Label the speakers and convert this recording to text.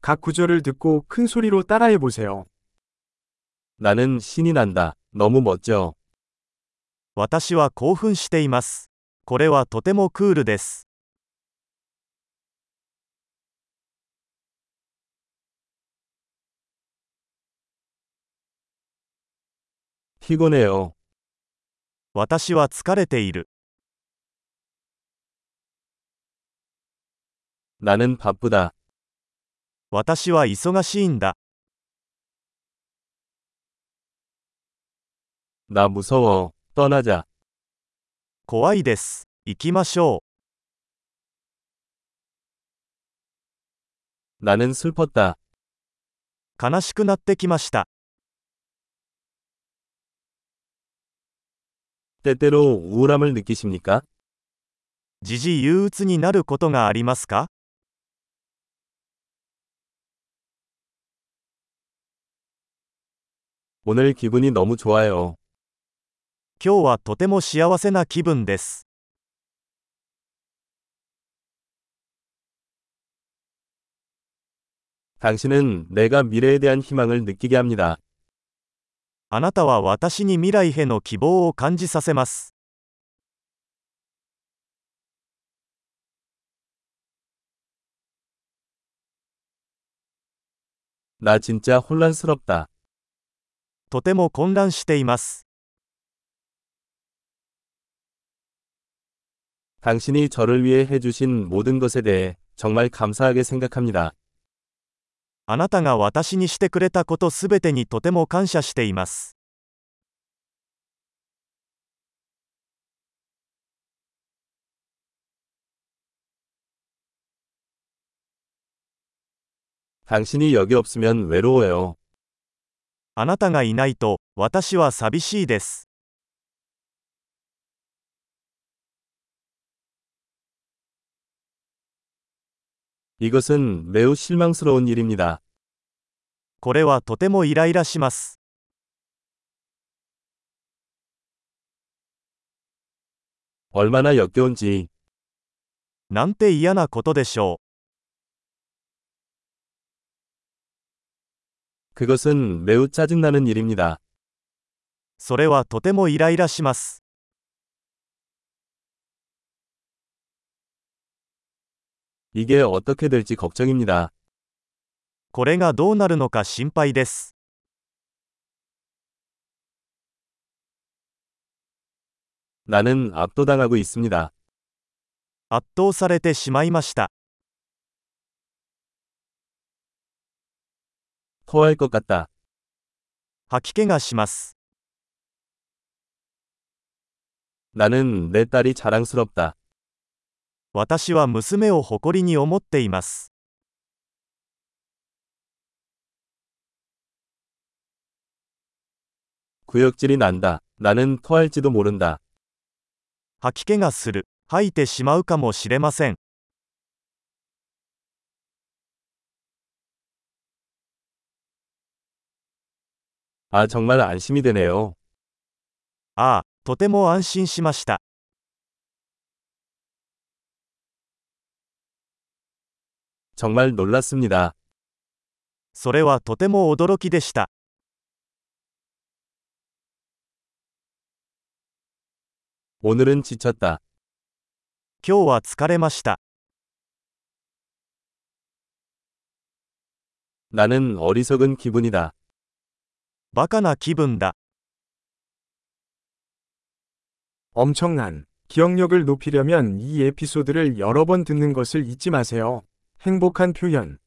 Speaker 1: 각 구절을 듣고 큰 소리로 따라해 보세요.
Speaker 2: 나는 신이 난다. 너무 멋져.
Speaker 3: 私は興奮しています。これはとてもクールです。
Speaker 2: 피곤해요.
Speaker 3: 私は疲れている。
Speaker 2: 나는 바쁘다.
Speaker 3: 私は忙しいんだ。
Speaker 2: 나 무서워. 떠나자.
Speaker 3: 怖いです。行きましょ
Speaker 2: 나는 슬펐다.
Speaker 3: う。悲しくなってきました。
Speaker 2: 때때로 우울함을 느끼십니까?
Speaker 3: 時々憂鬱になることがありますか
Speaker 2: 오늘 기분이 너무 좋아요.
Speaker 3: 今日はとても幸せな気分です。
Speaker 2: 당신은 내가 미래에 대한 희망을 느끼게 합니다.
Speaker 3: あなたは私に未来への希望を感じさせます。
Speaker 2: 나 진짜 혼란스럽다.
Speaker 3: とても混乱しています。
Speaker 2: 당신이 저를 위해 해주신 모든 것에 대해 정말 감사하게 생각합니다.
Speaker 3: あなたが私にしてくれたことすべてにとても感謝しています。
Speaker 2: 당신이 여기 없으면 외로워요.
Speaker 3: あなたがいないと、私は寂しいです。
Speaker 2: 이것은 매우 실망스러운 일입니다.
Speaker 3: これはとてもイライラします。
Speaker 2: 얼마나 역겨운지.
Speaker 3: なんて嫌なことでしょう。
Speaker 2: 그것은 매우 짜증나는 일입니다.
Speaker 3: それはとてもイライラします。
Speaker 2: 이게 어떻게 될지 걱정입니다.
Speaker 3: これがどうなるのか心配です。
Speaker 2: 나는 압도당하고 있습니다.
Speaker 3: 圧倒されてしまいました。
Speaker 2: 토할 것 같다.
Speaker 3: 吐き気がします。
Speaker 2: 나는 내 딸이 자랑스럽다.
Speaker 3: 私は娘を誇りに思っています。
Speaker 2: 구역질이 난다. 나는 토할지도 모른다.
Speaker 3: 吐き気がする。吐いてしまうかもしれません。
Speaker 2: 아 정말 안심이 되네요.
Speaker 3: ああ、とても安心しました。
Speaker 2: 정말 놀랐습니다.
Speaker 3: それはとても驚きでした。
Speaker 2: 오늘은 지쳤다.
Speaker 3: 今日は疲れました。
Speaker 2: 나는 어리석은 기분이다.
Speaker 3: バカな気分だ。
Speaker 1: 엄청난 기억력을 높이려면 이 에피소드를 여러 번 듣는 것을 잊지 마세요. 행복한 표현